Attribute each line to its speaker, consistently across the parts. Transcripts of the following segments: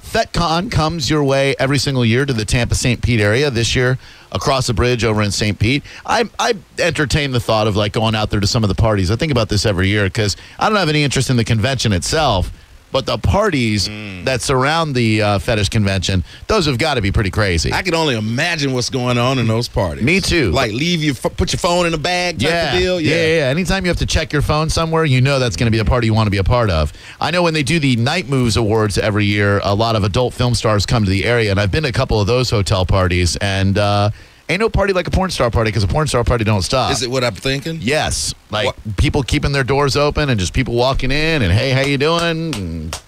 Speaker 1: Sunset Con comes your way every single year to the Tampa St. Pete area. This year, across the bridge over in St. Pete. I, I entertain the thought of like going out there to some of the parties. I think about this every year because I don't have any interest in the convention itself, but the parties
Speaker 2: Mm.
Speaker 1: that surround the uh, fetish convention, those have got to be pretty crazy.
Speaker 2: I can only imagine what's going on in those parties.
Speaker 1: Me too.
Speaker 2: Like leave your ph- put your phone in a bag type
Speaker 1: yeah.
Speaker 2: of deal.
Speaker 1: yeah, yeah, yeah. Anytime you have to check your phone somewhere, you know that's going to be a party you want to be a part of. I know when they do the Night Moves Awards every year, a lot of adult film stars come to the area, and I've been to a couple of those hotel parties, and uh, ain't no party like a porn star party because a porn star party don't stop.
Speaker 2: Is it what I'm thinking?
Speaker 1: Yes, like
Speaker 2: What-
Speaker 1: people keeping their doors open and just people walking in and hey, how you doing? And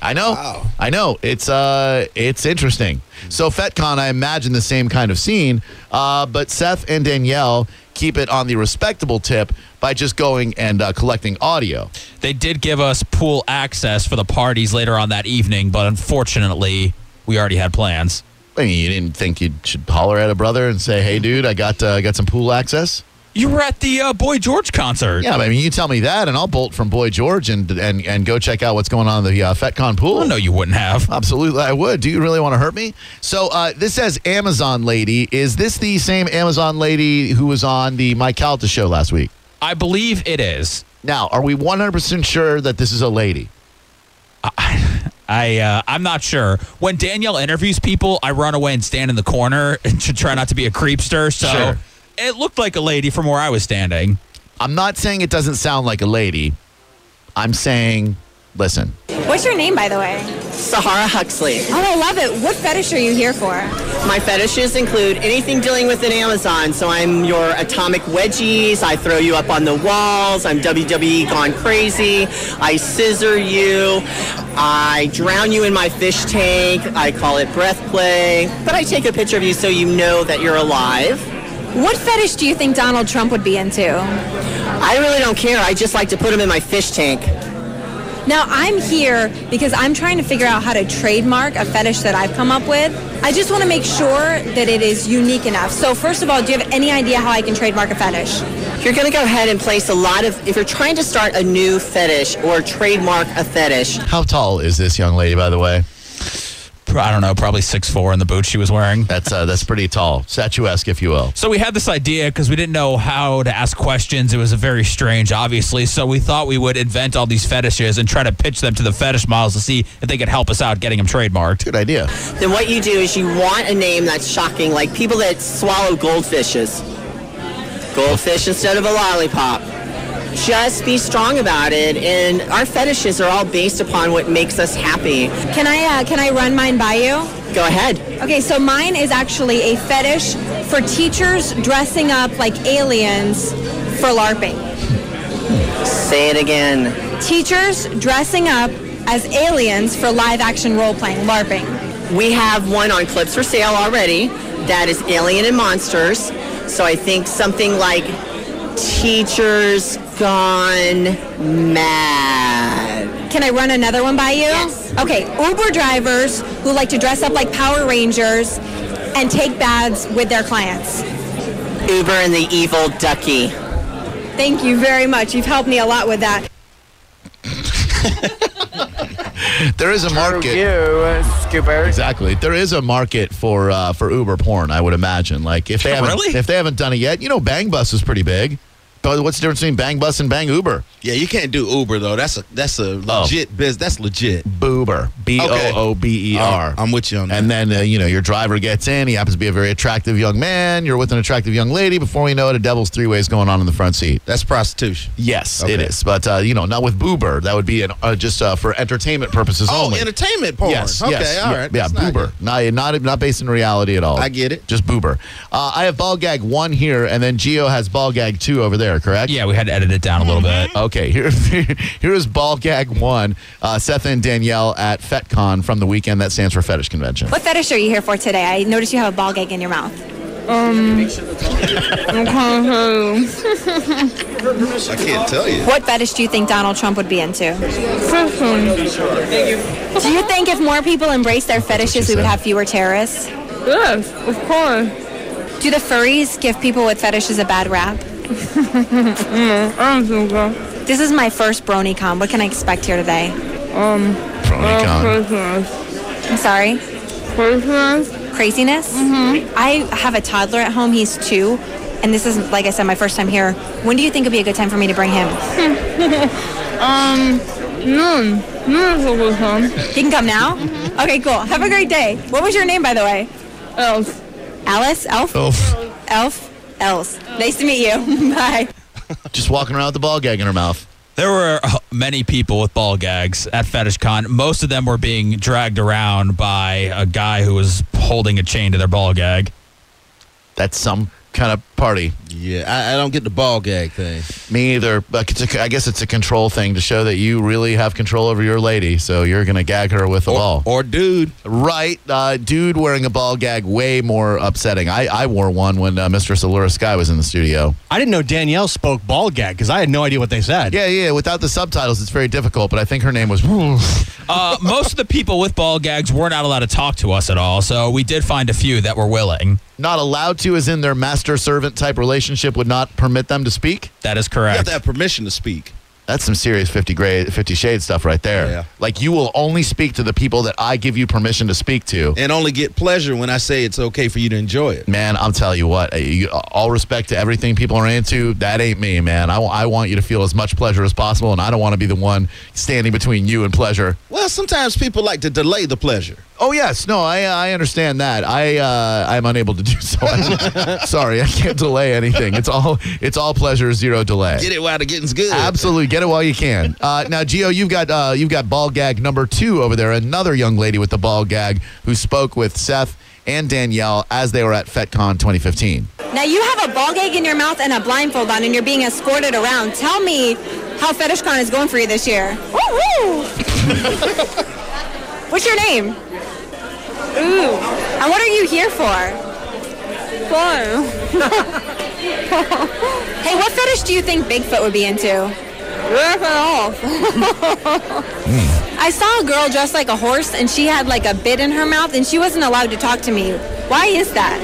Speaker 1: I know,
Speaker 2: Wow.
Speaker 1: I know. It's uh, it's interesting. So FetCon, I imagine the same kind of scene, uh, but Seth and Danielle keep it on the respectable tip by just going and uh, collecting audio.
Speaker 3: They did give us pool access for the parties later on that evening, but unfortunately, we already had plans.
Speaker 1: I mean, you didn't think you should holler at a brother and say, "Hey, dude, I got uh, I got some pool access."
Speaker 3: You were at the uh, Boy George concert.
Speaker 1: Yeah, but I mean, you tell me that, and I'll bolt from Boy George and and and go check out what's going on in the uh, FetCon pool.
Speaker 3: Oh, no, you wouldn't have.
Speaker 1: Absolutely, I would. Do you really want to hurt me? So uh, this says Amazon lady. Is this the same Amazon lady who was on the Mike Calta show last week?
Speaker 3: I believe it is.
Speaker 1: Now, are we 100% sure that this is a lady?
Speaker 3: I uh, I'm not sure. When Danielle interviews people, I run away and stand in the corner to try not to be a creepster. So
Speaker 1: Sure.
Speaker 3: it looked like a lady from where I was standing.
Speaker 1: I'm not saying it doesn't sound like a lady. I'm saying, listen,
Speaker 4: What's your name, by the way?
Speaker 5: Sahara Huxley.
Speaker 4: Oh, I love it. What fetish are you here for?
Speaker 5: My fetishes include anything dealing with an Amazon. So I'm your atomic wedgies. I throw you up on the walls. I'm WWE gone crazy. I scissor you. I drown you in my fish tank. I call it breath play. But I take a picture of you so you know that you're alive.
Speaker 4: What fetish do you think Donald Trump would be into?
Speaker 5: I really don't care. I just like to put them in my fish tank.
Speaker 4: Now, I'm here because I'm trying to figure out how to trademark a fetish that I've come up with. I just want to make sure that it is unique enough. So, first of all, do you have any idea how I can trademark a fetish?
Speaker 5: You're going to go ahead and place a lot of, if you're trying to start a new fetish or trademark a fetish,
Speaker 1: how tall is this young lady, by the way?
Speaker 3: Pro- I don't know, probably six four in the boots she was wearing.
Speaker 1: That's, uh, that's pretty tall, statuesque, if you will.
Speaker 3: So we had this idea because we didn't know how to ask questions. It was a very strange, obviously. So we thought we would invent all these fetishes and try to pitch them to the fetish models to see if they could help us out getting them trademarked.
Speaker 1: Good idea.
Speaker 5: then what you do is you want a name that's shocking, like people that swallow goldfishes. Goldfish instead of a lollipop. Just be strong about it, and our fetishes are all based upon what makes us happy.
Speaker 4: Can I uh, can I run mine by you?
Speaker 5: Go ahead.
Speaker 4: Okay, so mine is actually a fetish for teachers dressing up like aliens for LARPing.
Speaker 5: Say it again.
Speaker 4: Teachers dressing up as aliens for live action role playing, LARPing.
Speaker 5: We have one on clips for sale already that is Alien and Monsters. So I think something like Teachers Gone Mad.
Speaker 4: Can I run another one by you?
Speaker 5: Yes.
Speaker 4: Okay, Uber drivers who like to dress up like Power Rangers and take baths with their clients.
Speaker 5: Uber and the Evil Ducky.
Speaker 4: Thank you very much. You've helped me a lot with that.
Speaker 1: There is a market.
Speaker 6: you, Scooper.
Speaker 1: Exactly. There is a market for uh, for Uber porn, I would imagine. Like if they haven't
Speaker 3: Really?
Speaker 1: if they haven't done it yet, you know, Bang Bus is pretty big. But what's the difference between Bang Bus and Bang Uber?
Speaker 2: Yeah, you can't do Uber though. That's a that's
Speaker 3: Oh.
Speaker 2: a legit biz. That's legit.
Speaker 1: Boober, B O O B E R.
Speaker 2: I'm with you on that.
Speaker 1: And then uh, you know your driver gets in. He happens to be a very attractive young man. You're with an attractive young lady. Before we know it, a devil's three ways going on in the front seat.
Speaker 2: that's prostitution.
Speaker 1: Yes, it
Speaker 2: Okay.
Speaker 1: is. But uh, you know, not with Boober. That would be an, uh, just uh, for entertainment purposes
Speaker 2: Oh,
Speaker 1: only.
Speaker 2: entertainment porn.
Speaker 1: Yes.
Speaker 2: Okay.
Speaker 1: yes,
Speaker 2: All
Speaker 1: yeah,
Speaker 2: right.
Speaker 1: Yeah,
Speaker 2: That's not
Speaker 1: boober. Not, not not based in reality at all.
Speaker 2: I get it.
Speaker 1: Just boober. Uh, I have ball gag one here, and then Geo has ball gag two over there. Correct.
Speaker 3: Yeah, we had to edit it down a little bit.
Speaker 1: Okay. Here, here is ball gag one. Uh, Seth and Danielle at FetCon from the weekend that stands for Fetish Convention.
Speaker 4: What fetish are you here for today? I noticed you have a ball gag in your mouth.
Speaker 7: Um,
Speaker 2: good. I can't tell
Speaker 1: Oh
Speaker 2: you.
Speaker 4: What fetish do you think Donald Trump would be into? Do you think if more people embrace their fetishes, we would
Speaker 1: said.
Speaker 4: have fewer terrorists?
Speaker 7: Yes, of course.
Speaker 4: Do the furries give people with fetishes a bad rap?
Speaker 7: I'm Zuko.
Speaker 4: This is my first BronyCon. What can I expect here today?
Speaker 1: Bronycon.
Speaker 7: Um, Christmas.
Speaker 4: I'm sorry.
Speaker 7: Christmas.
Speaker 4: Craziness. Mm-hmm. I have a toddler at home. He's two, and this is like I said, my first time here. When do you think would be a good time for me to bring him?
Speaker 7: Um, Noon. Noon is a good time. Mm-hmm.
Speaker 4: He can come now. Okay, cool. Have a great day. What was your name, by the way?
Speaker 7: Else.
Speaker 4: Alice. Elf.
Speaker 1: Oh,
Speaker 4: Elf. Els. Nice to meet you. Bye.
Speaker 1: just walking around with the ball gag in her mouth.
Speaker 3: There were uh, many people with ball gags at FetishCon. Most of them were being dragged around by a guy who was holding a chain to their ball gag.
Speaker 1: That's some kind of party.
Speaker 2: Yeah, I, I don't get the ball gag thing.
Speaker 1: Me either. But it's a, I guess it's a control thing to show that you really have control over your lady. So you're going to gag her with a ball.
Speaker 2: Or dude.
Speaker 1: Right, uh, dude wearing a ball gag way more upsetting. I, I wore one when uh, Mistress Allura Sky was in the studio.
Speaker 6: I didn't know Danielle spoke ball gag because I had no idea what they said.
Speaker 1: Yeah, yeah. Without the subtitles, it's very difficult. But I think her name was.
Speaker 3: Uh, most of the people with ball gags were not allowed to talk to us at all, so we did find a few that were willing.
Speaker 1: Not allowed to, as in their master servant type relationship would not permit them to speak.
Speaker 3: That is
Speaker 2: You
Speaker 3: correct.
Speaker 2: have to have permission to speak.
Speaker 1: That's some serious 50 grade, 50 shade stuff right there.
Speaker 2: Yeah.
Speaker 1: Like you will only speak to the people that I give you permission to speak to.
Speaker 2: And only get pleasure when I say it's okay for you to enjoy it.
Speaker 1: Man, I'll tell you what. uh, you- All respect to everything people are into. That ain't me, man. I wa- I want you to feel as much pleasure as possible, and I don't want to be the one standing between you and pleasure.
Speaker 2: Well, sometimes people like to delay the pleasure.
Speaker 1: Oh yes, no, I I understand that. I uh, I'm unable to do so. I'm sorry, I can't delay anything. It's all it's all pleasure, zero delay.
Speaker 2: Get it while the getting's good.
Speaker 1: Absolutely, get it while you can. Uh, now, Gio, you've got uh, you've got ball gag number two over there. Another young lady with the ball gag who spoke with Seth and Danielle as they were at FetCon 2015.
Speaker 4: Now you have a ball gag in your mouth and a blindfold on, and you're being escorted around. Tell me how FetishCon is going for you this year. Woo-hoo. What's your name?
Speaker 7: Ooh.
Speaker 4: And what are you here for?
Speaker 7: Fun.
Speaker 4: Hey, what fetish do you think Bigfoot would be into?
Speaker 7: Laugh it off.
Speaker 4: I saw a girl dressed like a horse, and she had like a bit in her mouth, and she wasn't allowed to talk to me. Why is that?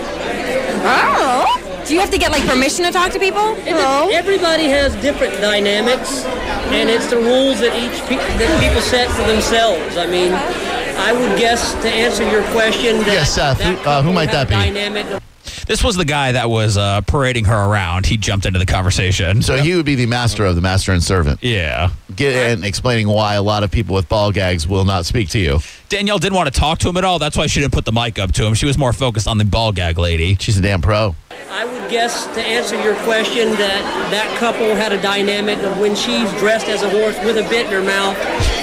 Speaker 7: I don't know.
Speaker 4: Oh. Do you have to get like permission to talk to people?
Speaker 7: Hello?
Speaker 8: Everybody has different dynamics, and it's the rules that each pe- that people set for themselves. I mean, I would guess to answer your question. That,
Speaker 1: Yes, Seth, who-
Speaker 8: that
Speaker 1: uh, who might that
Speaker 8: couple
Speaker 1: be?
Speaker 8: have Dynamic
Speaker 3: this was the guy that was uh, parading her around. He jumped into the conversation.
Speaker 1: So he would be the master of the master and servant,
Speaker 3: yeah.
Speaker 1: get, and explaining why a lot of people with ball gags will not speak to you.
Speaker 3: Danielle didn't want to talk to him at all. That's why she didn't put the mic up to him. She was more focused on the ball gag lady.
Speaker 1: She's a damn pro.
Speaker 8: I would guess to answer your question that that couple had a dynamic of when she's dressed as a horse with a bit in her mouth,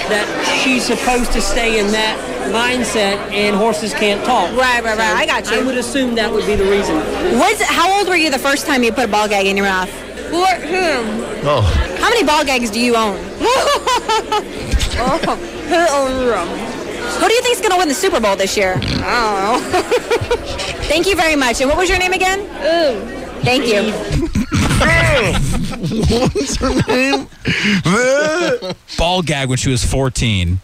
Speaker 8: that she's supposed to stay in that mindset, and horses can't talk.
Speaker 4: Right, right, right. I got you.
Speaker 8: I would assume that would be the reason.
Speaker 4: What's, how old were you the first time you put a ball gag in your mouth?
Speaker 7: Fourteen.
Speaker 1: Oh,
Speaker 4: How many ball gags do you own?
Speaker 7: Oh, hit on them.
Speaker 4: Who do you think's gonna win the Super Bowl this year?
Speaker 7: I don't
Speaker 4: Thank you very much. And what was your name again?
Speaker 7: know. Ooh.
Speaker 4: Thank you.
Speaker 1: what's her name?
Speaker 3: Ball gag when she was 14.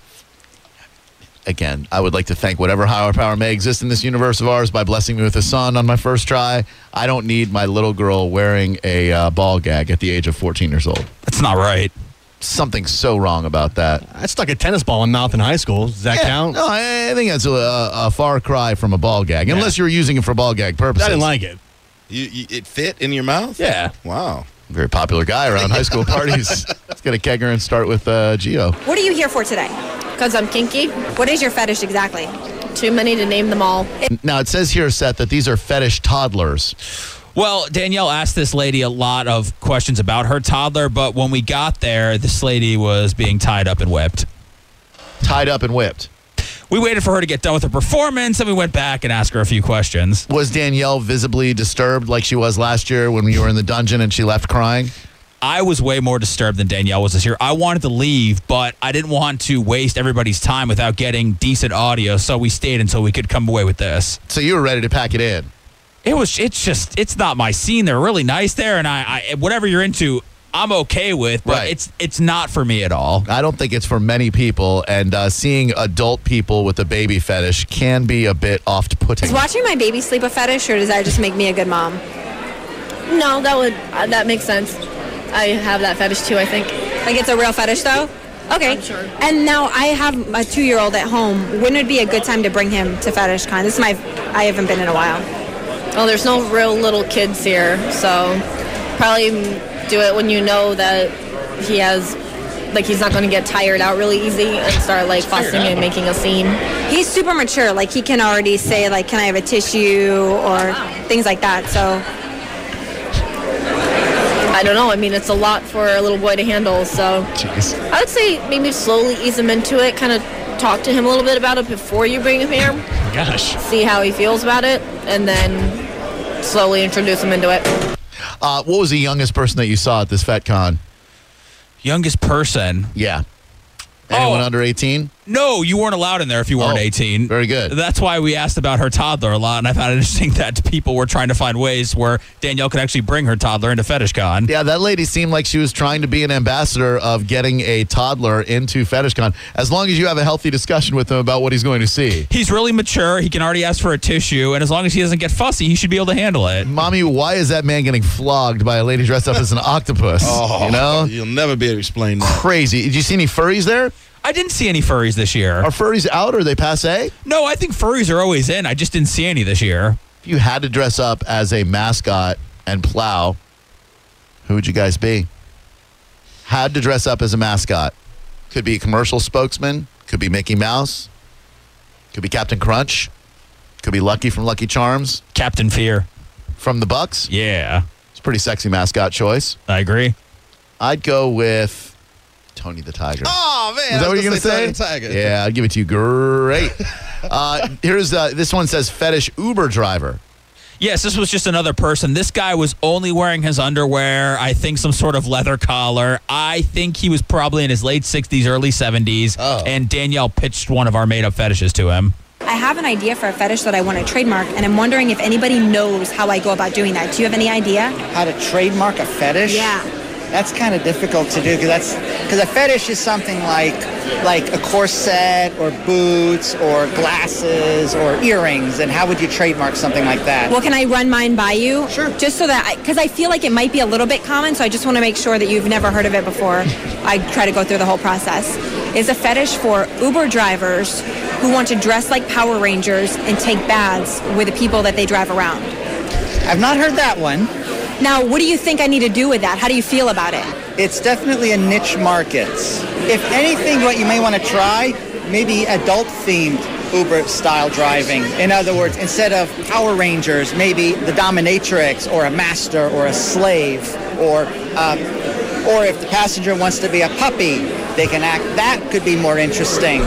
Speaker 1: again, I would like to thank whatever higher power may exist in this universe of ours by blessing me with a son on my first try. I don't need my little girl wearing a uh, ball gag at the age of 14 years old.
Speaker 3: That's not right.
Speaker 1: Something so wrong about that.
Speaker 6: I stuck a tennis ball in my mouth in high school. Does that
Speaker 1: Yeah,
Speaker 6: count?
Speaker 1: No, I, I think that's a, a far cry from a ball gag, unless you're using it for ball gag purposes.
Speaker 6: I didn't like it.
Speaker 2: You, you, it fit in your mouth?
Speaker 6: Yeah.
Speaker 2: Wow.
Speaker 1: Very popular guy around high school parties. Let's get a kegger and start with uh, Geo.
Speaker 4: What are you here for today?
Speaker 9: Because I'm kinky.
Speaker 4: What is your fetish exactly?
Speaker 9: Too many to name them all.
Speaker 1: Now it says here, Seth, that these are fetish toddlers.
Speaker 3: Well, Danielle asked this lady a lot of questions about her toddler, but when we got there, this lady was being tied up and whipped.
Speaker 1: tied up and whipped.
Speaker 3: We waited for her to get done with her performance, and we went back and asked her a few questions.
Speaker 1: Was Danielle visibly disturbed like she was last year when you were in the dungeon and she left crying?
Speaker 3: I was way more disturbed than Danielle was this year. I wanted to leave, but I didn't want to waste everybody's time without getting decent audio, so we stayed until we could come away with this.
Speaker 1: So you were ready to pack it in.
Speaker 3: It was, it's just, it's not my scene. They're really nice there, and I, I whatever you're into, I'm okay with, but
Speaker 1: Right.
Speaker 3: it's, it's not for me at all.
Speaker 1: I don't think it's for many people, and uh, seeing adult people with a baby fetish can be a bit off-putting.
Speaker 4: Is watching my baby sleep a fetish, or does that just make me a good mom?
Speaker 9: No, that would uh, that makes sense. I have that fetish too. I think.
Speaker 4: Like it's a real fetish though. Okay.
Speaker 9: I'm sure.
Speaker 4: And now I have a two-year-old at home. Wouldn't it be a good time to bring him to Fetish Con? This is my, I haven't been in a while.
Speaker 9: Well, there's no real little kids here, so probably do it when you know that he has, like, he's not going to get tired out really easy and start like fussing and making a scene.
Speaker 4: He's super mature. Like he can already say, like, "Can I have a tissue?" or things like that. So
Speaker 9: I don't know. I mean, it's a lot for a little boy to handle, so
Speaker 1: Jeez.
Speaker 9: I would say maybe slowly ease him into it. Kind of talk to him a little bit about it before you bring him here.
Speaker 6: Gosh.
Speaker 9: See how he feels about it, and then slowly introduce him into it.
Speaker 1: Uh, what was the youngest person that you saw at this FetCon?
Speaker 3: Youngest person.
Speaker 1: Yeah. Anyone
Speaker 3: Oh.
Speaker 1: under 18?
Speaker 3: No, you weren't allowed in there if you weren't
Speaker 1: Oh,
Speaker 3: 18.
Speaker 1: very good.
Speaker 3: That's why we asked about her toddler a lot, and I found it interesting that people were trying to find ways where Danielle could actually bring her toddler into FetishCon.
Speaker 1: Yeah, that lady seemed like she was trying to be an ambassador of getting a toddler into FetishCon. As long as you have a healthy discussion with him about what he's going to see.
Speaker 3: He's really mature. He can already ask for a tissue, and as long as he doesn't get fussy, he should be able to handle it.
Speaker 1: Mommy, why is that man getting flogged by a lady dressed up as an octopus?
Speaker 2: Oh,
Speaker 1: you know?
Speaker 2: you'll never be able to explain that.
Speaker 1: Crazy. Did you see any furries there?
Speaker 3: I didn't see any furries this year.
Speaker 1: Are furries out? Are they passe?
Speaker 3: No, I think furries are always in. I just didn't see any this year.
Speaker 1: If you had to dress up as a mascot and plow, who would you guys be? Had to dress up as a mascot. Could be a commercial spokesman, could be Mickey Mouse, could be Captain Crunch, could be Lucky from Lucky Charms,
Speaker 3: Captain Fear.
Speaker 1: from the Bucks.
Speaker 3: Yeah,
Speaker 1: It's a pretty sexy mascot choice.
Speaker 3: I agree.
Speaker 1: I'd go with Tony the Tiger.
Speaker 2: Oh man,
Speaker 1: Is that
Speaker 2: I
Speaker 1: what
Speaker 2: was
Speaker 1: you're gonna say?
Speaker 2: Tiger, Tiger.
Speaker 1: Yeah, I'd give it to you. Great. uh, here's uh, this one says fetish Uber driver.
Speaker 3: Yes, this was just another person. This guy was only wearing his underwear, I think some sort of leather collar. I think he was probably in his late 60s, early 70s.
Speaker 2: Oh.
Speaker 3: And Danielle pitched one of our made up fetishes to him.
Speaker 4: I have an idea for a fetish that I want to trademark, and I'm wondering if anybody knows how I go about doing that. Do you have any idea?
Speaker 10: how to trademark a fetish.
Speaker 4: Yeah.
Speaker 10: That's kind of difficult to do because that's because a fetish is something like like a corset or boots or glasses or earrings. And how would you trademark something like that?
Speaker 4: Well, can I run mine by you?
Speaker 10: Sure.
Speaker 4: Just so that, because I, feel like it might be a little bit common, so I just want to make sure that you've never heard of it before. I try to go through the whole process. Is a fetish for Uber drivers who want to dress like Power Rangers and take baths with the people that they drive around.
Speaker 10: I've not heard that one.
Speaker 4: Now, what do you think I need to do with that? How do you feel about it?
Speaker 10: It's definitely a niche market. If anything, what you may want to try maybe adult themed. Uber style driving. In other words, instead of Power Rangers, maybe the dominatrix or a master or a slave or um, or if the passenger wants to be a puppy, they can act. That could be more interesting.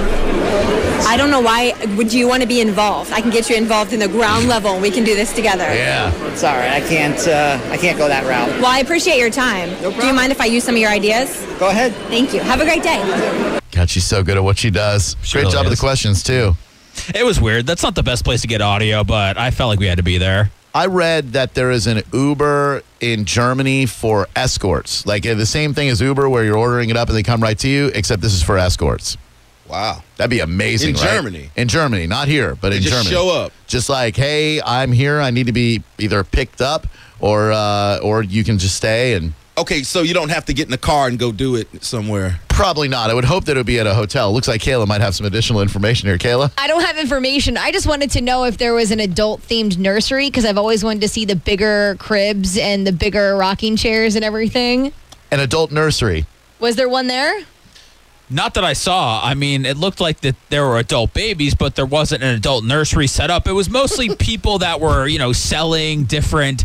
Speaker 4: I don't know why. Would you want to be involved? I can get you involved in the ground level, and we can do this together.
Speaker 1: Yeah.
Speaker 10: Sorry, I can't. Uh, I can't go that route.
Speaker 4: Well, I appreciate your time. Do you
Speaker 10: problem.
Speaker 4: mind if I use some of your ideas?
Speaker 10: Go ahead.
Speaker 4: Thank you. Have a great day.
Speaker 1: God, she's so good at what she does. Great
Speaker 3: really
Speaker 1: job with
Speaker 3: is.
Speaker 1: the questions too.
Speaker 3: It was weird. That's not the best place to get audio, but I felt like we had to be there.
Speaker 1: I read that there is an Uber in Germany for escorts. Like uh, the same thing as Uber, where you're ordering it up and they come right to you, except this is for escorts.
Speaker 2: Wow.
Speaker 1: That'd be amazing.
Speaker 2: In
Speaker 1: right?
Speaker 2: Germany.
Speaker 1: In Germany, not here, but
Speaker 2: They
Speaker 1: in
Speaker 2: just
Speaker 1: Germany.
Speaker 2: show up.
Speaker 1: Just like, hey, I'm here. I need to be either picked up or uh, or you can just stay and
Speaker 2: Okay, so you don't have to get in the car and go do it somewhere.
Speaker 1: probably not. I would hope that it would be at a hotel. Looks like Kayla might have some additional information here. Kayla,
Speaker 11: I don't have information. I just wanted to know if there was an adult themed nursery because I've always wanted to see the bigger cribs and the bigger rocking chairs and everything.
Speaker 1: an adult nursery.
Speaker 11: Was there one there?
Speaker 3: Not that I saw. I mean, it looked like that there were adult babies, but there wasn't an adult nursery set up. It was mostly people that were, you know, selling different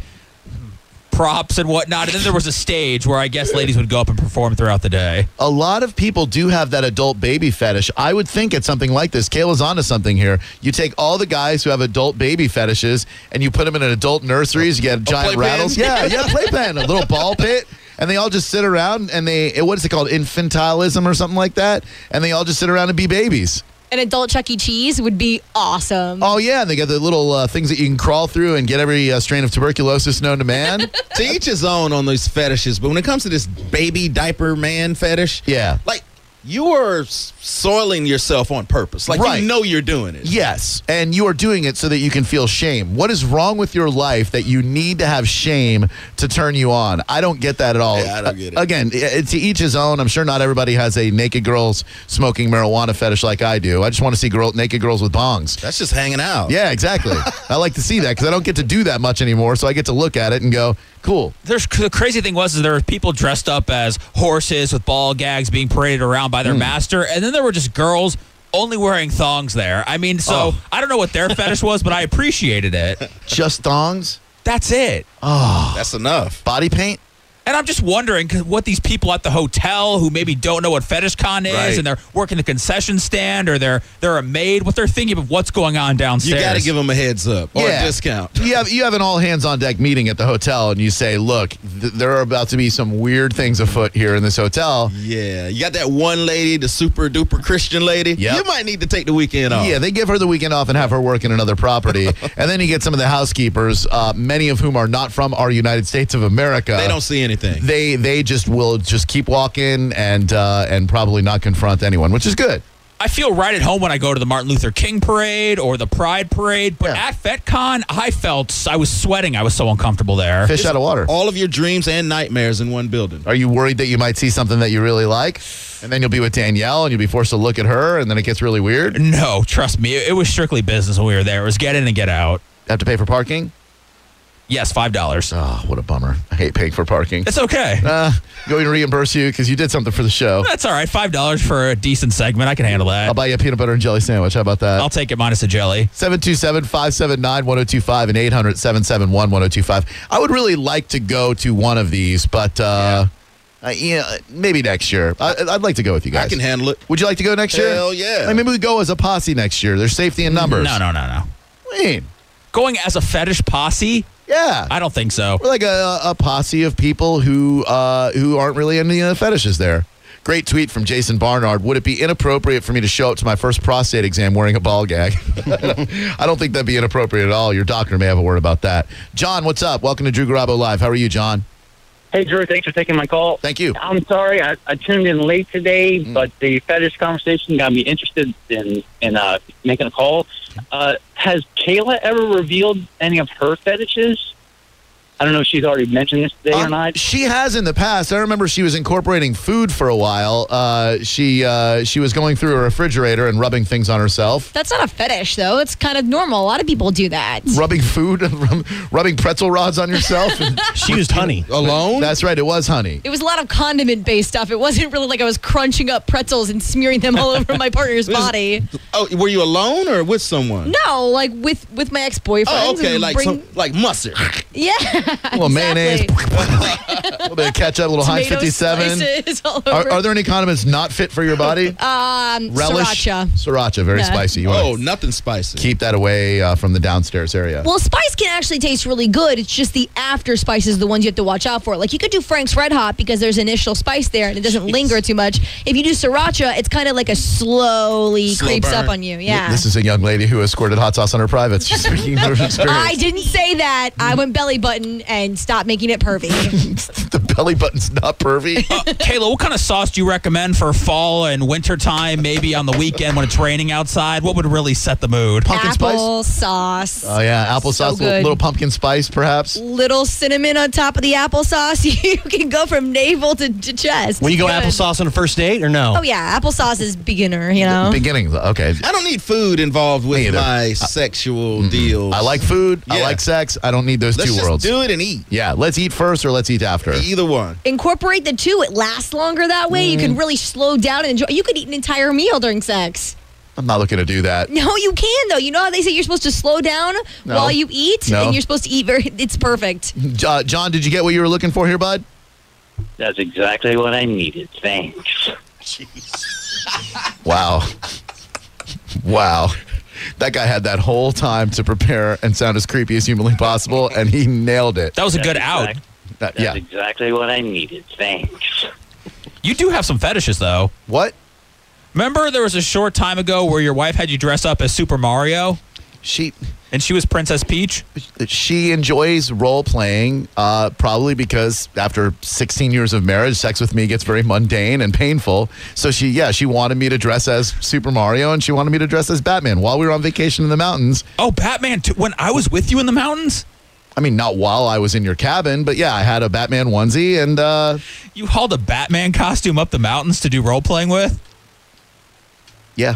Speaker 3: props and whatnot. And then there was a stage where I guess ladies would go up and perform throughout the day.
Speaker 1: A lot of people do have that adult baby fetish. I would think it's something like this. Kayla's onto something here. You take all the guys who have adult baby fetishes and you put them in an adult nurseries. You get giant
Speaker 2: playpen?
Speaker 1: rattles. Yeah, yeah, playpen, a little ball pit. And they all just sit around and they, eh, what is it called? Infantilism or something like that. And they all just sit around and be babies.
Speaker 11: An adult Chuck E. Cheese would be
Speaker 2: Um,
Speaker 11: awesome.
Speaker 1: Oh, yeah. And they got the little uh, things that you can crawl through and get every uh, strain of tuberculosis known to man.
Speaker 2: To each his own on those fetishes, but when it comes to this baby diaper man fetish,
Speaker 1: Yeah.
Speaker 2: like you are s- soiling yourself on purpose. Like
Speaker 1: Right.
Speaker 2: you know you're doing it.
Speaker 1: Yes, and you are doing it so that you can feel shame. What is wrong with your life that you need to have shame to turn you on? I don't get that at all.
Speaker 2: Yeah, I don't get it.
Speaker 1: Uh, Again, i- i- to each his own. I'm sure not everybody has a naked girls smoking marijuana fetish like I do. I just want to see girl, naked girls with bongs.
Speaker 2: That's just hanging out.
Speaker 1: Yeah, exactly. I like to see that because I don't get to do that much anymore. So I get to look at it and go, cool.
Speaker 3: There's the crazy thing was is there were people dressed up as horses with ball gags being paraded around by their
Speaker 2: Hmm.
Speaker 3: master, and then there were just girls only wearing thongs there. I mean,
Speaker 2: Oh.
Speaker 3: so I don't know what their fetish was, but I appreciated it.
Speaker 1: Just thongs?
Speaker 3: That's it.
Speaker 1: Oh,
Speaker 2: That's enough.
Speaker 1: body paint?
Speaker 3: And I'm just wondering 'cause what these people at the hotel who maybe don't know what fetish con is,
Speaker 2: Right.
Speaker 3: and they're working the concession stand, or they're they're a maid, what they're thinking of what's going on
Speaker 2: You
Speaker 3: downstairs.
Speaker 2: got to give them a heads up or
Speaker 1: Yeah.
Speaker 2: a discount.
Speaker 1: you have you have an all hands on deck meeting at the hotel, and you say, "Look, th- there are about to be some weird things afoot here in this hotel."
Speaker 2: Yeah, you got that one lady, the super duper Christian lady.
Speaker 1: Yep.
Speaker 2: You might need to take the weekend off.
Speaker 1: Yeah, they give her the weekend off and have her work in another property, and then you get some of the housekeepers, uh, many of whom are not from our United States of America.
Speaker 2: they don't see anything.
Speaker 1: They they just will just keep walking and uh, and probably not confront anyone, which is good.
Speaker 3: I feel right at home when I go to the Martin Luther King parade or the Pride parade, but
Speaker 1: Yeah.
Speaker 3: at FetCon, I felt I was sweating. I was so uncomfortable there.
Speaker 1: Fish out of water.
Speaker 2: All of your dreams and nightmares in one building.
Speaker 1: Are you worried that you might see something that you really like, and then you'll be with Danielle and you'll be forced to look at her, and then it gets really weird?
Speaker 3: No, trust me, it was strictly business when we were there. It was get in and get out.
Speaker 1: Have to pay for parking.
Speaker 3: Yes, five dollars.
Speaker 1: Oh, what a bummer! I hate paying for parking.
Speaker 3: It's okay.
Speaker 1: uh, going to reimburse you because you did something for the show.
Speaker 3: That's all right. Five dollars for a decent segment. I can handle that.
Speaker 1: I'll buy you a peanut butter and jelly sandwich. How about that?
Speaker 3: I'll take it minus a jelly.
Speaker 1: 727 579 1025 and 800 771 1025. I would really like to go to one of these, but uh, uh, yeah, maybe next year. I, I'd like to go with you guys.
Speaker 2: I can handle it.
Speaker 1: would you like to go next year?
Speaker 2: Hell yeah.
Speaker 1: Like, maybe we go as a posse next year. There's safety in
Speaker 3: No,
Speaker 1: numbers.
Speaker 3: no, no, no.
Speaker 1: I mean,
Speaker 3: Going as a fetish posse?
Speaker 1: yeah.
Speaker 3: I don't think so.
Speaker 1: We're like a, a posse of people who uh, who aren't really into the fetishes there. Great tweet from Jason Barnard. Would it be inappropriate for me to show up to my first prostate exam wearing a ball gag? I don't think that'd be inappropriate at all. Your doctor may have a word about that. John, what's up? Welcome to Drew Garabo Live. How are you, John?
Speaker 12: Hey, Drew, thanks for taking my call.
Speaker 1: Thank you. Mm.
Speaker 12: I'm sorry I, I tuned in late today, but the fetish conversation got me interested in in uh, making a call. Uh, has Kayla ever revealed any of her fetishes? I don't know if she's already mentioned this today or
Speaker 1: Um,
Speaker 12: not.
Speaker 1: She has in the past. I remember she was incorporating food for a while. Uh, she uh, she was going through a refrigerator and rubbing things on herself.
Speaker 11: That's not a fetish, though. It's kind of normal. A lot of people do that.
Speaker 1: Rubbing food, rubbing pretzel rods on yourself. And-
Speaker 6: She used honey.
Speaker 2: Alone?
Speaker 1: That's right. It was honey.
Speaker 11: It was a lot of condiment based stuff. It wasn't really like I was crunching up pretzels and smearing them all over my partner's body.
Speaker 2: oh, were you alone or with someone?
Speaker 11: No, like with with my ex boyfriend.
Speaker 2: Oh, okay, like some, like mustard.
Speaker 11: yeah,
Speaker 1: A little mayonnaise,
Speaker 11: exactly.
Speaker 1: a little bit of ketchup, a little Heinz
Speaker 11: Tomato
Speaker 1: 57.
Speaker 11: slices all
Speaker 1: Are,
Speaker 11: over.
Speaker 1: are there any condiments not fit for your body?
Speaker 11: um, sriracha.
Speaker 1: Sriracha, very
Speaker 11: Yeah.
Speaker 1: spicy. You
Speaker 2: Oh,
Speaker 1: want to
Speaker 2: nothing spicy.
Speaker 1: keep that away uh, from the downstairs area.
Speaker 11: Well, spice can actually taste really good. It's just the after spices, the ones you have to watch out for. Like you could do Frank's Red Hot because there's initial spice there and it doesn't linger too much. If you do sriracha, it's kind of like a slowly
Speaker 2: Slow
Speaker 11: creeps
Speaker 2: burn.
Speaker 11: up on you. Yeah.
Speaker 1: This is a young lady who has squirted hot sauce on her privates. She's speaking from
Speaker 11: I
Speaker 1: experience.
Speaker 11: didn't say that. I went belly button and stopped making it pervy.
Speaker 1: the belly button's not pervy.
Speaker 3: Uh, Kayla, what kind of sauce do you recommend for fall and winter time? Maybe on the weekend when it's raining outside? What would really set the mood?
Speaker 1: Pumpkin
Speaker 11: Apple sauce.
Speaker 1: Oh yeah, applesauce,
Speaker 11: So
Speaker 1: sauce, little,
Speaker 11: good.
Speaker 1: little pumpkin spice, perhaps.
Speaker 11: Little cinnamon on top of the applesauce. You can go from navel to, to chest.
Speaker 6: Will you go
Speaker 11: Good.
Speaker 6: applesauce on a first date or no?
Speaker 11: Oh yeah, applesauce is beginner. You know.
Speaker 1: Beginnings. Okay.
Speaker 2: I don't need food involved with
Speaker 1: either.
Speaker 2: my sexual deals.
Speaker 1: I like food. I
Speaker 2: Yeah.
Speaker 1: like sex. I don't need those
Speaker 2: Let's
Speaker 1: two
Speaker 2: just
Speaker 1: worlds.
Speaker 2: do it and eat.
Speaker 1: yeah, let's eat first or let's eat after.
Speaker 2: Either one.
Speaker 11: Incorporate the two. It lasts longer that way. You
Speaker 6: Mm.
Speaker 11: can really slow down and enjoy. You could eat an entire meal during sex.
Speaker 1: I'm not looking to do that.
Speaker 11: No, you can though. You know how they say you're supposed to slow down
Speaker 1: No.
Speaker 11: while you eat,
Speaker 1: No.
Speaker 11: and you're supposed to eat very. It's perfect.
Speaker 1: Uh, John, did you get what you were looking for here, bud?
Speaker 12: That's exactly what I needed. Thanks.
Speaker 1: Wow. Wow. That guy had that whole time to prepare and sound as creepy as humanly possible, and he nailed it.
Speaker 3: That was a good out.
Speaker 12: exact-
Speaker 1: That-
Speaker 12: That's
Speaker 1: yeah.
Speaker 12: exactly what I needed. Thanks.
Speaker 3: You do have some fetishes though.
Speaker 1: What?
Speaker 3: Remember there was a short time ago where your wife had you dress up as Super Mario?
Speaker 1: She.
Speaker 3: And she was Princess Peach?
Speaker 1: She enjoys role playing, uh, probably because after 16 years of marriage, sex with me gets very mundane and painful. So she, yeah, she wanted me to dress as Super Mario and she wanted me to dress as Batman while we were on vacation in the mountains.
Speaker 3: Oh, Batman! Too, when I was with you in the mountains.
Speaker 1: I mean, not while I was in your cabin, but yeah, I had a Batman onesie and. Uh,
Speaker 3: you hauled a Batman costume up the mountains to do role playing with?
Speaker 1: Yeah.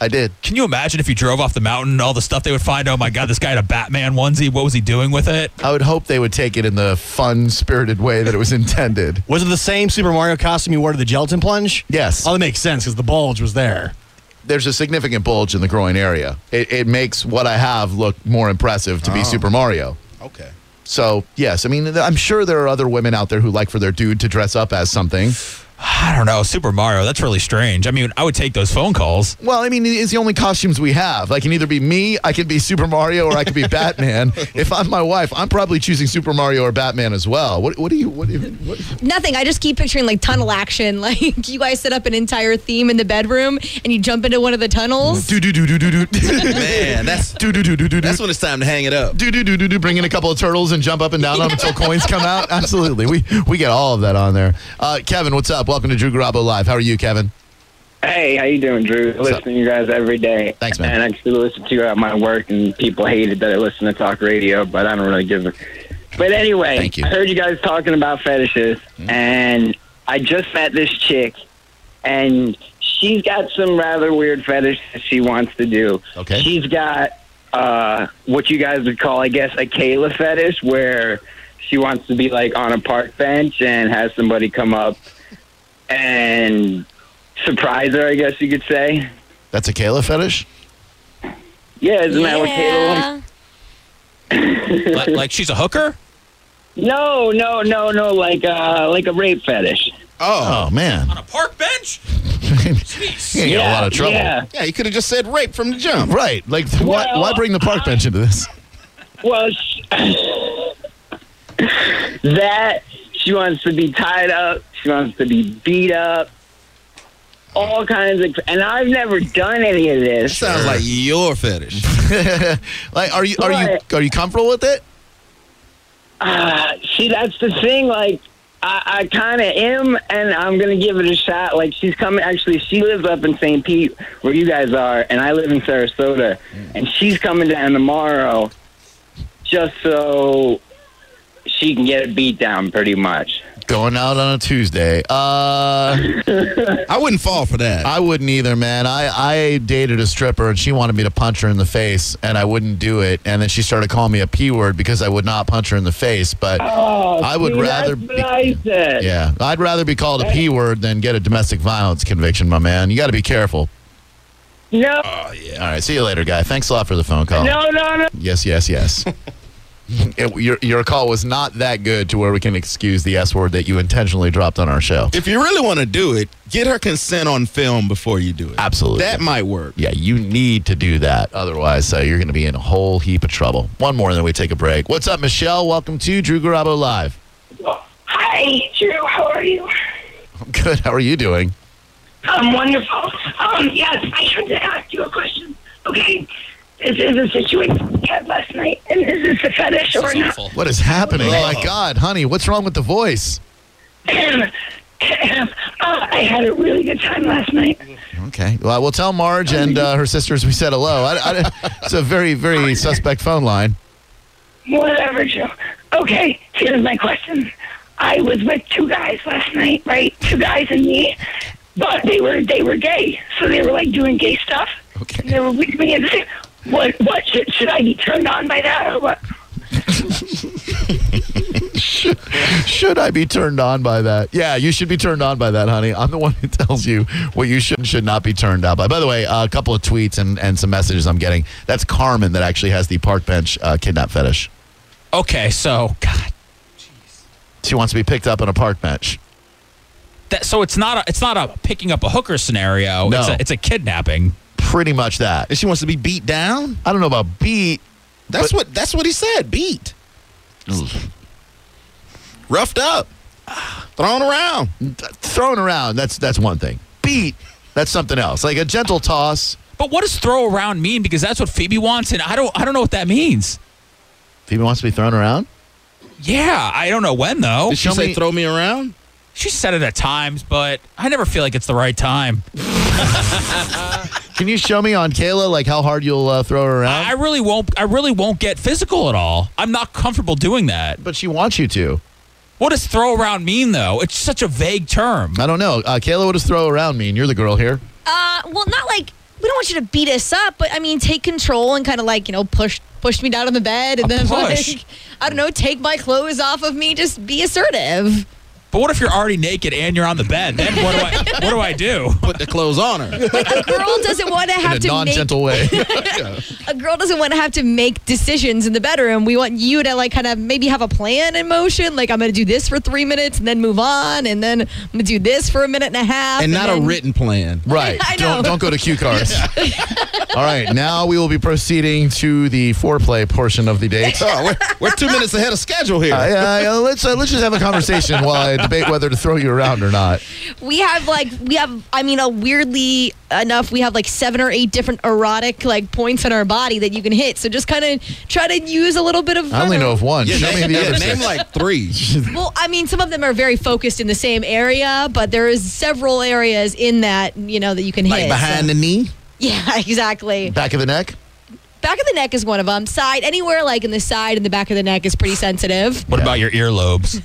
Speaker 1: I did.
Speaker 3: Can you imagine if you drove off the mountain and all the stuff they would find? Oh my God, this guy had a Batman onesie. What was he doing with it?
Speaker 1: I would hope they would take it in the fun spirited way that it was intended.
Speaker 6: Was it the same Super Mario costume you wore to the gelatin plunge?
Speaker 1: Yes.
Speaker 6: Oh, that makes sense because the bulge was there.
Speaker 1: There's a significant bulge in the groin area. It, it makes what I have look more impressive to
Speaker 2: Oh.
Speaker 1: be Super Mario.
Speaker 2: Okay.
Speaker 1: So, yes, I mean, th- I'm sure there are other women out there who like for their dude to dress up as something.
Speaker 3: I don't know. Super Mario, that's really strange. I mean, I would take those phone calls.
Speaker 1: Well, I mean, it's the only costumes we have. I can either be me, I could be Super Mario, or I could be Batman. If I'm my wife, I'm probably choosing Super Mario or Batman as well. What, what do you, what, do you- what,
Speaker 11: Nothing. I just keep picturing like tunnel action. Like you guys set up an entire theme in the bedroom and you jump into one of the tunnels.
Speaker 1: do, do, do, do, do, do.
Speaker 2: Man, that's
Speaker 1: do, do, do, do, do,
Speaker 2: that's when it's time to hang it up.
Speaker 1: do do do do do bring in a couple of turtles and jump up and down on them until coins come out absolutely we we get all of that on there uh, kevin what's up welcome to drew garabo live how are you kevin
Speaker 13: Hey, how you doing, Drew? I listen to you guys every day.
Speaker 1: Thanks, man.
Speaker 13: And I still listen to you at my work, and people hated that I listen to talk radio, but I don't really give a. But anyway,
Speaker 1: Thank you. Mm-hmm.
Speaker 13: I heard you guys talking about fetishes, and I just met this chick, and she's got some rather weird fetishes she wants to do.
Speaker 1: Okay.
Speaker 13: She's got uh, what you guys would call, I guess, a Kayla fetish, where she wants to be like on a park bench and has somebody come up and surprise her, I guess you could say.
Speaker 1: that's a kayla fetish
Speaker 13: Yeah, isn't that what Kayla
Speaker 3: like, like she's a hooker?
Speaker 13: No, no, no, no, like uh like a rape fetish.
Speaker 1: oh, man
Speaker 3: On a park bench?
Speaker 1: you get in a lot of trouble
Speaker 13: Yeah.
Speaker 2: Yeah, you could have just said rape from the jump.
Speaker 1: right like why,
Speaker 13: Well,
Speaker 1: why bring the park bench into this
Speaker 13: Well, sh that she wants to be tied up, she wants to be beat up. All kinds of, and I've never done any of this.
Speaker 2: Sounds like your fetish.
Speaker 1: like are you are you are you comfortable with it
Speaker 13: Uh, see, that's the thing. Like, I, I kind of am, and I'm gonna give it a shot. Like, she's coming. Actually, she lives up in St. Pete, where you guys are, and I live in Sarasota, and she's coming down tomorrow, just so she can get a beat down, pretty much.
Speaker 1: going out on a tuesday uh
Speaker 2: I wouldn't fall for that.
Speaker 1: I wouldn't either, man. I, I dated a stripper and she wanted me to punch her in the face and I wouldn't do it. And then she started calling me a P word because I would not punch her in the face. But
Speaker 13: Oh,
Speaker 1: I would
Speaker 13: see,
Speaker 1: rather
Speaker 13: That's
Speaker 1: be-
Speaker 13: what I said.
Speaker 14: uh,
Speaker 1: yeah, I'd rather be called a P word than get a domestic violence conviction, my man. You got to be careful.
Speaker 13: No,
Speaker 1: All right, see you later, guy. Thanks a lot for the phone call.
Speaker 13: no, no, no.
Speaker 1: Yes, yes, yes. It- your, your call was not that good to where we can excuse the S word that you intentionally dropped on our show.
Speaker 2: If you really want to do it, get her consent on film before you do it.
Speaker 1: Absolutely.
Speaker 2: That might work.
Speaker 1: Yeah, you need to do that. Otherwise, uh, you're going to be in a whole heap of trouble. One more, and then we take a break. What's up, Michelle? Welcome to Drew Garabo Live.
Speaker 14: Hi, Drew. How are you?
Speaker 1: I'm good. How are you doing?
Speaker 14: Um, wonderful. Um, yes, I had to ask you a question. Okay, this is a situation we had last night, and is this a fetish or not?
Speaker 1: What is happening?
Speaker 2: Oh.
Speaker 1: My God, honey, what's wrong with the voice?
Speaker 14: uh, I had a really good time last night.
Speaker 1: Okay. Well, we'll tell Marge and uh, her sisters we said hello. I, I, it's a very, very suspect phone line.
Speaker 14: Whatever, Drew. Okay, here's my question. I was with two guys last night, right? Two guys and me, but they were they were gay, so they were like doing gay stuff.
Speaker 1: Okay.
Speaker 14: And they were with me and they- what what should should I be turned on by that or what?
Speaker 1: Should I be turned on by that? Yeah, you should be turned on by that, honey. I'm the one who tells you what you should and should not be turned on by. By the way, uh, a couple of tweets and, and some messages I'm getting. That's Carmen that actually has the park bench uh, kidnap fetish.
Speaker 3: Okay, so, God.
Speaker 1: She wants to be picked up on a park bench.
Speaker 3: That, so it's not a, it's not a picking up a hooker scenario.
Speaker 1: No.
Speaker 3: It's, a, it's a kidnapping.
Speaker 1: Pretty much that.
Speaker 2: And she wants to be beat down?
Speaker 1: I don't know about beat.
Speaker 2: That's what that's what he said. Beat. Roughed up. Thrown around.
Speaker 1: Th- thrown around. That's that's one thing. Beat. That's something else. Like a gentle toss.
Speaker 3: But what does throw around mean? Because that's what Phoebe wants, and I don't I don't know what that means.
Speaker 1: Phoebe wants to be thrown around?
Speaker 3: Yeah, I don't know when though.
Speaker 2: Did she Show say me- throw me around?
Speaker 3: She said it at times, but I never feel like it's the right time.
Speaker 1: Can you show me on Kayla like how hard you'll uh, throw her around?
Speaker 3: I really won't. I really won't get physical at all. I'm not comfortable doing that.
Speaker 1: But she wants you to.
Speaker 3: What does throw around mean, though? It's such a vague term.
Speaker 1: I don't know. Uh, Kayla, what does throw around mean? You're the girl here.
Speaker 11: Uh, well, not like we don't want you to beat us up, but I mean, take control and kind of like you know push push me down on the bed and
Speaker 3: A
Speaker 11: then
Speaker 3: push?
Speaker 11: like I don't know, take my clothes off of me. Just be assertive.
Speaker 3: But what if you're already naked and you're on the bed? Then what do I? What do I do?
Speaker 2: Put the clothes on her.
Speaker 11: A girl doesn't want to
Speaker 1: In a
Speaker 11: have to
Speaker 1: non
Speaker 11: make
Speaker 1: gentle way.
Speaker 11: a girl doesn't want to have to make decisions in the bedroom. We want you to like kind of maybe have a plan in motion. Like I'm going to do this for three minutes and then move on, and then I'm going to do this for a minute and a half,
Speaker 2: and not a
Speaker 11: then-
Speaker 2: written plan.
Speaker 1: Right.
Speaker 11: I know.
Speaker 1: Don't don't go to cue cards. All right. Now we will be proceeding to the foreplay portion of the date.
Speaker 2: Oh, we're, we're two minutes ahead of schedule here.
Speaker 1: I- I- uh, let's uh, let's just have a conversation while I debate whether to throw you around or not.
Speaker 11: We have like we have I mean a weirdly enough we have like seven or eight different erotic like points on our body that you can hit. So just kind of try to use a little bit of.
Speaker 1: I only know of one.
Speaker 2: Yeah,
Speaker 1: Show me
Speaker 2: name,
Speaker 1: the
Speaker 2: yeah,
Speaker 1: other
Speaker 2: name
Speaker 1: six.
Speaker 2: like three.
Speaker 11: Well, I mean, some of them are very focused in the same area, but there is several areas in that you know that you can
Speaker 2: like
Speaker 11: hit.
Speaker 2: behind
Speaker 1: uh,
Speaker 11: so-
Speaker 2: the knee.
Speaker 11: Yeah, exactly.
Speaker 1: Back of the neck.
Speaker 11: Back of the neck is one of them. Side, anywhere like in the side and the back of the neck is pretty sensitive.
Speaker 3: What about your earlobes?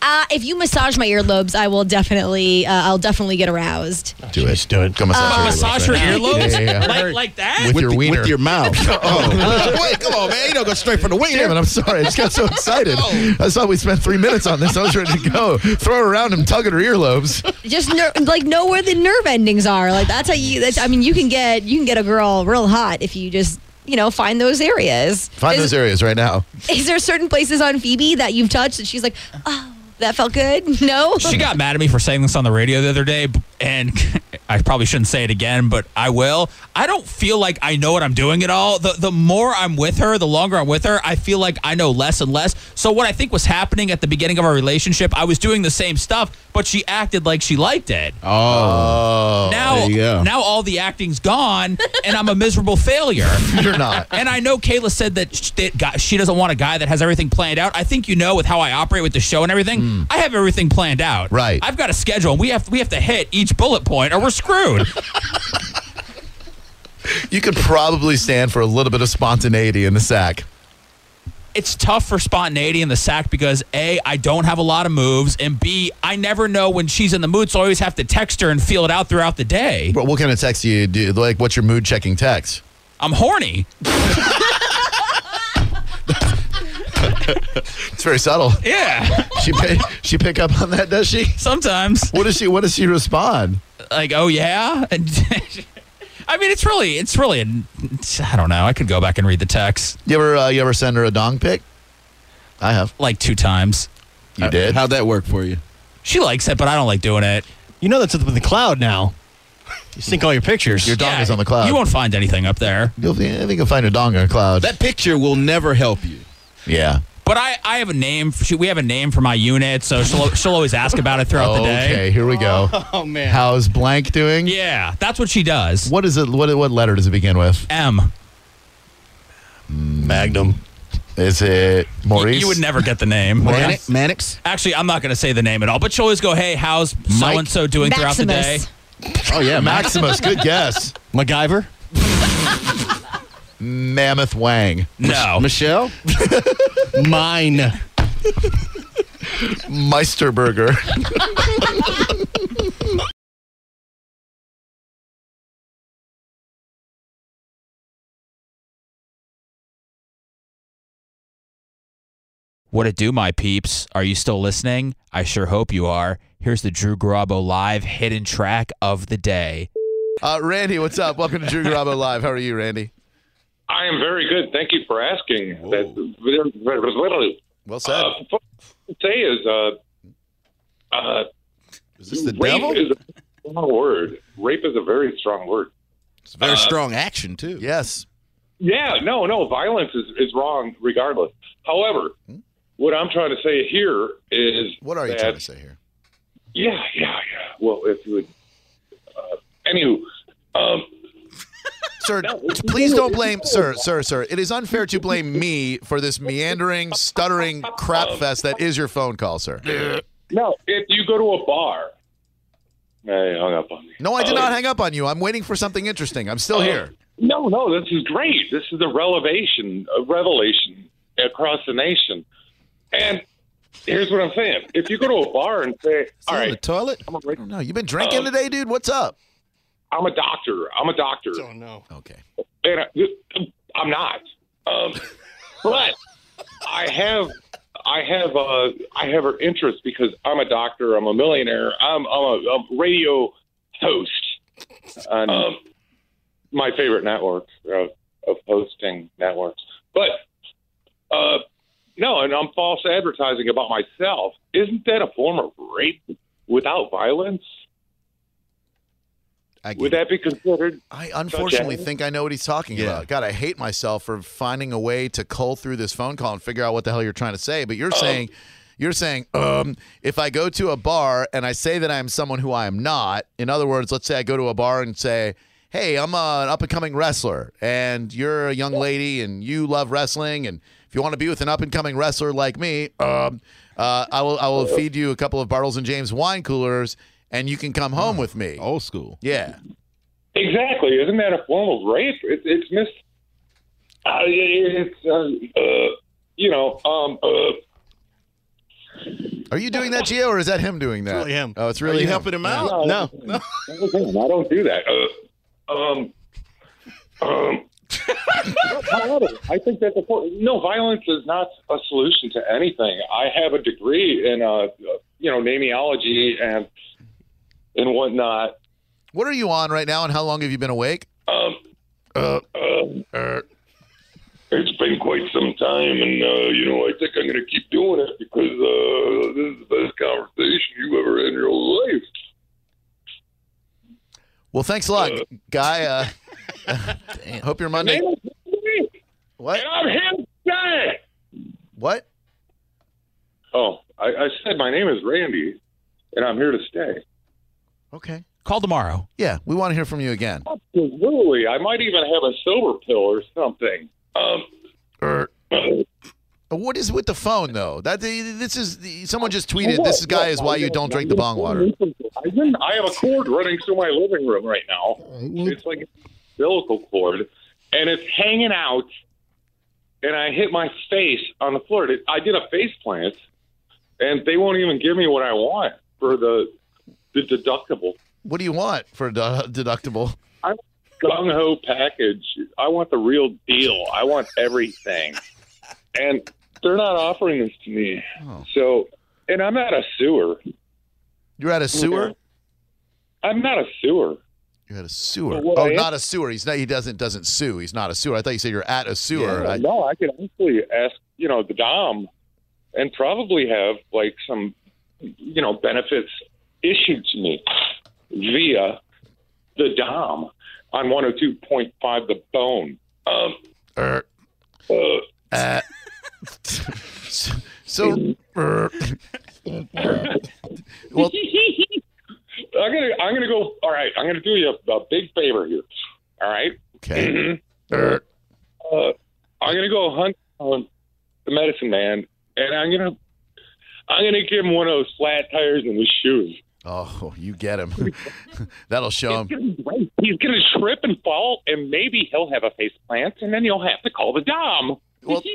Speaker 11: Uh, if you massage my earlobes, I will definitely, uh, I'll definitely get aroused.
Speaker 2: Oh,
Speaker 1: Do it. Do it. Go massage,
Speaker 3: Uh, massage your earlobes?
Speaker 1: Yeah, yeah, yeah.
Speaker 3: Like, like that?
Speaker 1: With, your wiener.
Speaker 2: With your mouth. oh. Wait, come on, man. You don't go straight for the wiener. Oh.
Speaker 1: Damn it, I'm sorry. I just got so excited. I thought we spent three minutes on this. I was ready to go. Throw her around and tug at her earlobes.
Speaker 11: Just ner- like know where the nerve endings are. Like that's how you. That's, I mean, you can get you can get a girl real hot if you just you know find those areas.
Speaker 1: Find
Speaker 11: is,
Speaker 1: those areas right now.
Speaker 11: Is there certain places on Phoebe that you've touched that she's like, oh, that felt good? No.
Speaker 3: She got mad at me for saying this on the radio the other day, b- and I probably shouldn't say it again, but I will. I don't feel like I know what I'm doing at all. The the more I'm with her, the longer I'm with her, I feel like I know less and less. So what I think was happening at the beginning of our relationship, I was doing the same stuff, but she acted like she liked it.
Speaker 2: Oh.
Speaker 3: now,
Speaker 2: there you go.
Speaker 3: now all the acting's gone, and I'm a miserable failure.
Speaker 1: You're not.
Speaker 3: And I know Kayla said that sh- that guy- she doesn't want a guy that has everything planned out. I think you know with how I operate with the show and everything.
Speaker 2: Hmm.
Speaker 3: I have everything planned out.
Speaker 1: Right.
Speaker 3: I've got a schedule. We have we have to hit each bullet point or we're screwed.
Speaker 1: You could probably stand for a little bit of spontaneity in the sack.
Speaker 3: it's tough for spontaneity in the sack because a I don't have a lot of moves and b I never know when she's in the mood, so I always have to text her and feel it out throughout the day.
Speaker 1: But what kind of text do you do? Like, what's your mood checking text?
Speaker 3: I'm horny.
Speaker 1: It's very subtle.
Speaker 3: Yeah.
Speaker 1: She pay, she pick up on that, does she?
Speaker 3: Sometimes
Speaker 1: What does she What does she respond?
Speaker 3: like oh yeah. And I mean it's really it's really an- I don't know. I could go back and read the text
Speaker 1: You ever uh, You ever send her a dong pic? I have.
Speaker 3: like two times. Uh,
Speaker 1: You did.
Speaker 2: How'd that work for you?
Speaker 3: She likes it, but I don't like doing it.
Speaker 6: You know that's up in the cloud now. You sync all your pictures.
Speaker 1: Your dong
Speaker 3: Yeah,
Speaker 1: is on the cloud.
Speaker 3: You won't find anything up there.
Speaker 1: You'll, I think you'll find a dong on a cloud.
Speaker 2: That picture will never help you.
Speaker 1: yeah.
Speaker 3: But I, I have a name. For, she, we have a name for my unit, so she'll, she'll always ask about it throughout the day.
Speaker 1: Okay. Here we go.
Speaker 6: Oh man.
Speaker 1: How's blank doing?
Speaker 3: Yeah, that's what she does.
Speaker 1: What is it? What What letter does it begin with? Mm.
Speaker 3: M.
Speaker 6: Magnum.
Speaker 1: Is it Maurice?
Speaker 3: You would never get the name.
Speaker 2: Mannix? Mannix?
Speaker 3: Actually, I'm not going to say the name at all, but she'll always go, hey, how's so and so doing throughout the day?
Speaker 11: Maximus.
Speaker 1: Oh yeah, Maximus. Good guess.
Speaker 6: MacGyver.
Speaker 1: Mammoth Wang.
Speaker 3: No.
Speaker 2: Michelle?
Speaker 6: Mine.
Speaker 1: Meisterburger.
Speaker 3: What it do, my peeps? Are you still listening? I sure hope you are. Here's the Drew Garabo live hidden track of the day.
Speaker 1: Uh, Randy, what's up? Welcome to Drew Garabo Live. How are you, Randy?
Speaker 15: I am very good. Thank you for asking. That literally
Speaker 1: Well said.
Speaker 15: uh, what I say is uh, uh,
Speaker 1: is this the
Speaker 15: rape
Speaker 1: devil?
Speaker 15: is a strong word. Rape is a very strong word.
Speaker 2: It's
Speaker 6: Uh,
Speaker 2: very strong action, too.
Speaker 1: Yes.
Speaker 15: Yeah, no, no, violence is, is wrong regardless. However, what I'm trying to say here is
Speaker 1: Hmm? What are you
Speaker 15: that-
Speaker 1: trying to say here?
Speaker 15: Yeah, yeah, yeah. Well, if you would. Uh, anywho, um,
Speaker 1: sir, t- please don't blame, sir, sir, sir. It is unfair to blame me for this meandering, stuttering crap fest that is your phone call, sir.
Speaker 15: No, if you go to a bar. Hey, hung up on me.
Speaker 1: No, I did not
Speaker 15: Oh.
Speaker 1: hang up on you. I'm waiting for something interesting. I'm still here.
Speaker 15: Uh, No, no, this is great. This is a revelation, a revelation across the nation. And here's what I'm saying: if you go to a bar and say, "All
Speaker 1: on
Speaker 15: right,
Speaker 1: the toilet."
Speaker 15: I'm Oh. a,
Speaker 1: no, you've been drinking today, dude. What's up?
Speaker 15: I'm a doctor. I'm a doctor.
Speaker 6: Oh no.
Speaker 1: Okay.
Speaker 15: and I, I'm not. Um, but I have, I have, uh, I have an interest because I'm a doctor. I'm a millionaire. I'm, I'm a, a radio host on um, my favorite network of, of hosting networks. But uh, no, and I'm false advertising about myself. Isn't that a form of rape without violence? Would that be considered?
Speaker 1: I unfortunately think I know what he's talking about. God, I hate myself for finding a way to cull through this phone call and figure out what the hell you're trying to say. But
Speaker 2: Um,
Speaker 1: you're saying, you're saying, um, if I go to a bar and I say that I'm someone who I am not. In other words, let's say I go to a bar and say, hey, I'm a- an up and coming wrestler, and you're a young lady and you love wrestling, and if you want to be with an up and coming wrestler like me, um, uh, I will I will feed you a couple of Bartles and James wine coolers, and you can come home with me.
Speaker 2: Old school.
Speaker 1: Yeah.
Speaker 15: Exactly. Isn't that a form of rape? It, it's mis. Uh, it- it's uh, uh, you know um uh,
Speaker 1: Are you doing that, Gio, or is that him doing that?
Speaker 6: really him.
Speaker 1: Oh, it's really
Speaker 6: Are you
Speaker 1: him.
Speaker 6: helping him out?
Speaker 15: No. I don't do that. Uh, um, um, however, I think that's important. No, violence is not a solution to anything. I have a degree in, uh, you know, nameology and and whatnot.
Speaker 1: What are you on right now, and how long have you been awake?
Speaker 15: Um,
Speaker 1: uh,
Speaker 15: uh, it's been quite some time, and uh, you know, I think I'm going to keep doing it because uh, this is the best conversation you ever had in your life.
Speaker 1: Well, thanks a lot, guy. Uh, hope your Monday. What?
Speaker 15: And I'm him today.
Speaker 1: What?
Speaker 15: Oh, I, I said my name is Randy, and I'm here to stay.
Speaker 1: Okay.
Speaker 3: Call tomorrow.
Speaker 1: Yeah, we want to hear from you again.
Speaker 15: Oh. Absolutely. I might even have a sober pill or something. Um,
Speaker 1: Er, Uh, What is with the phone though? That this is someone just tweeted.
Speaker 15: What?
Speaker 1: This guy is
Speaker 15: What?
Speaker 1: why you don't drink the bong water.
Speaker 15: I, didn't- I have a cord running through my living room right now. It's like a umbilical cord, and it's hanging out. And I hit my face on the floor. It- I did a face plant, and they won't even give me what I want for the the deductible.
Speaker 1: What do you want for a du- deductible?
Speaker 15: I want gung ho package. I want the real deal. I want everything, and they're not offering this to me.
Speaker 1: Oh.
Speaker 15: So, and I'm not a sewer.
Speaker 1: You're at a sewer.
Speaker 15: I'm not a sewer.
Speaker 1: You're at a sewer.
Speaker 15: But what
Speaker 1: oh,
Speaker 15: I am-
Speaker 1: not a sewer. He's not. He doesn't doesn't sue. He's not a sewer. I thought you said you're at a sewer.
Speaker 15: Yeah,
Speaker 1: I-
Speaker 15: no, I could actually ask, you know, the Dom and probably have like some, you know, benefits issued to me via the Dom on 102.5 The Bone. Um,
Speaker 1: Er.
Speaker 15: uh,
Speaker 1: Uh, so, so- er, well,
Speaker 15: I'm gonna, I'm gonna go. All right, I'm gonna do you a, a big favor here. All right.
Speaker 1: Okay. Er.
Speaker 15: uh, I'm gonna go hunt on the medicine man, and I'm gonna, I'm gonna give him one of those flat tires in his shoes.
Speaker 1: oh, you get him. That'll show him.
Speaker 15: He's gonna trip and fall, and maybe he'll have a face plant, and then you'll have to call the dom.
Speaker 1: Well-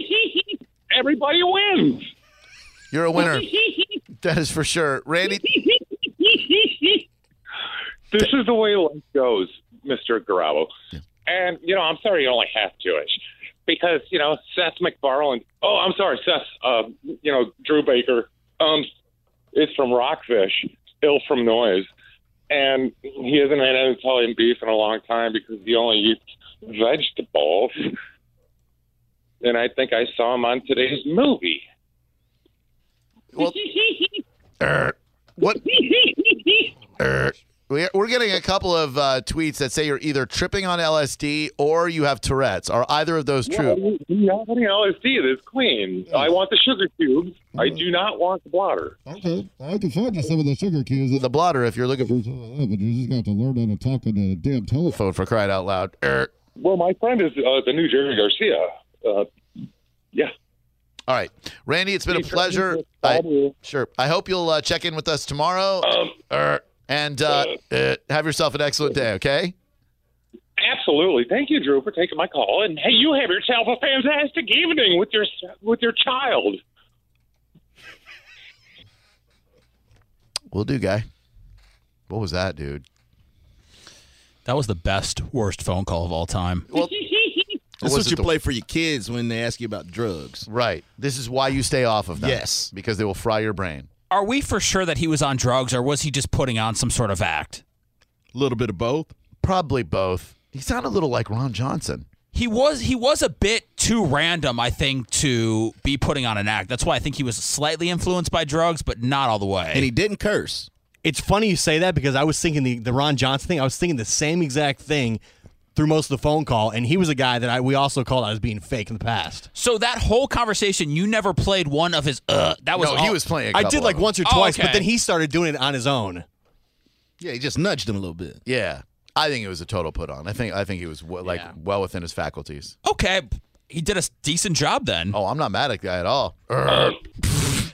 Speaker 15: Everybody wins.
Speaker 1: You're a winner. That is for sure. Randy,
Speaker 15: This is the way life goes, Mr. Garabo. And, you know, I'm sorry you're only half Jewish because, you know, Seth MacFarlane. Oh, I'm sorry, Seth, uh, you know, Drew Baker um, is from Rockfish, ill from noise. And he hasn't had any Italian beef in a long time because he only eats vegetables. And I think I saw him on today's movie.
Speaker 1: Well, er, what? er, we- we're getting a couple of uh, tweets that say you're either tripping on LSD or you have Tourette's. Are either of those true?
Speaker 15: Yeah, I do not have any LSD. This queen. I want the sugar cubes. I do not want the blotter.
Speaker 16: Okay, I can find you some of the sugar cubes.
Speaker 1: The blotter, if you're looking for
Speaker 16: but you just got to learn how to talk on a damn telephone.
Speaker 1: Phone for crying out loud. Er,
Speaker 15: Well, my friend is uh, the new Jerry Garcia. Uh, yeah.
Speaker 1: All right, Randy, it's been a pleasure. I, sure. I hope you'll uh, check in with us tomorrow. er, and uh, uh, have yourself an excellent day. Okay.
Speaker 15: Absolutely. Thank you, Drew, for taking my call. And hey, you have yourself a fantastic evening with your with your child.
Speaker 1: We'll do, guy. What was that, dude?
Speaker 3: That was the best, worst phone call of all time.
Speaker 2: Well,
Speaker 1: Or
Speaker 2: this is
Speaker 1: was
Speaker 2: what
Speaker 1: it
Speaker 2: you
Speaker 1: the-
Speaker 2: play for your kids when they ask you about drugs.
Speaker 1: Right. This is why you stay off of them.
Speaker 2: Yes.
Speaker 1: Because they will fry your brain.
Speaker 3: Are we for sure that he was on drugs or was he just putting on some sort of act?
Speaker 1: A little bit of both. Probably both. He sounded a little like Ron Johnson.
Speaker 3: He was he was a bit too random, I think, to be putting on an act. That's why I think he was slightly influenced by drugs, but not all the way. And he
Speaker 2: didn't curse.
Speaker 6: It's funny you say that because I was thinking the, the Ron Johnson thing. I was thinking the same exact thing through most of the phone call, and he was a guy that I, we also called out as being fake in the past.
Speaker 3: So that whole conversation, you never played one of his. Uh, that was
Speaker 6: No,
Speaker 3: all-
Speaker 6: he was playing a I did couple like of them. once or
Speaker 3: Oh,
Speaker 6: twice, but
Speaker 3: okay.
Speaker 6: then he started doing it on his own.
Speaker 1: Yeah, he just nudged him a little bit. Yeah. I think it was a total put on. I think I think he was w- like well within his faculties.
Speaker 3: Okay, he did a decent job then.
Speaker 1: Oh, I'm not mad at the guy at all.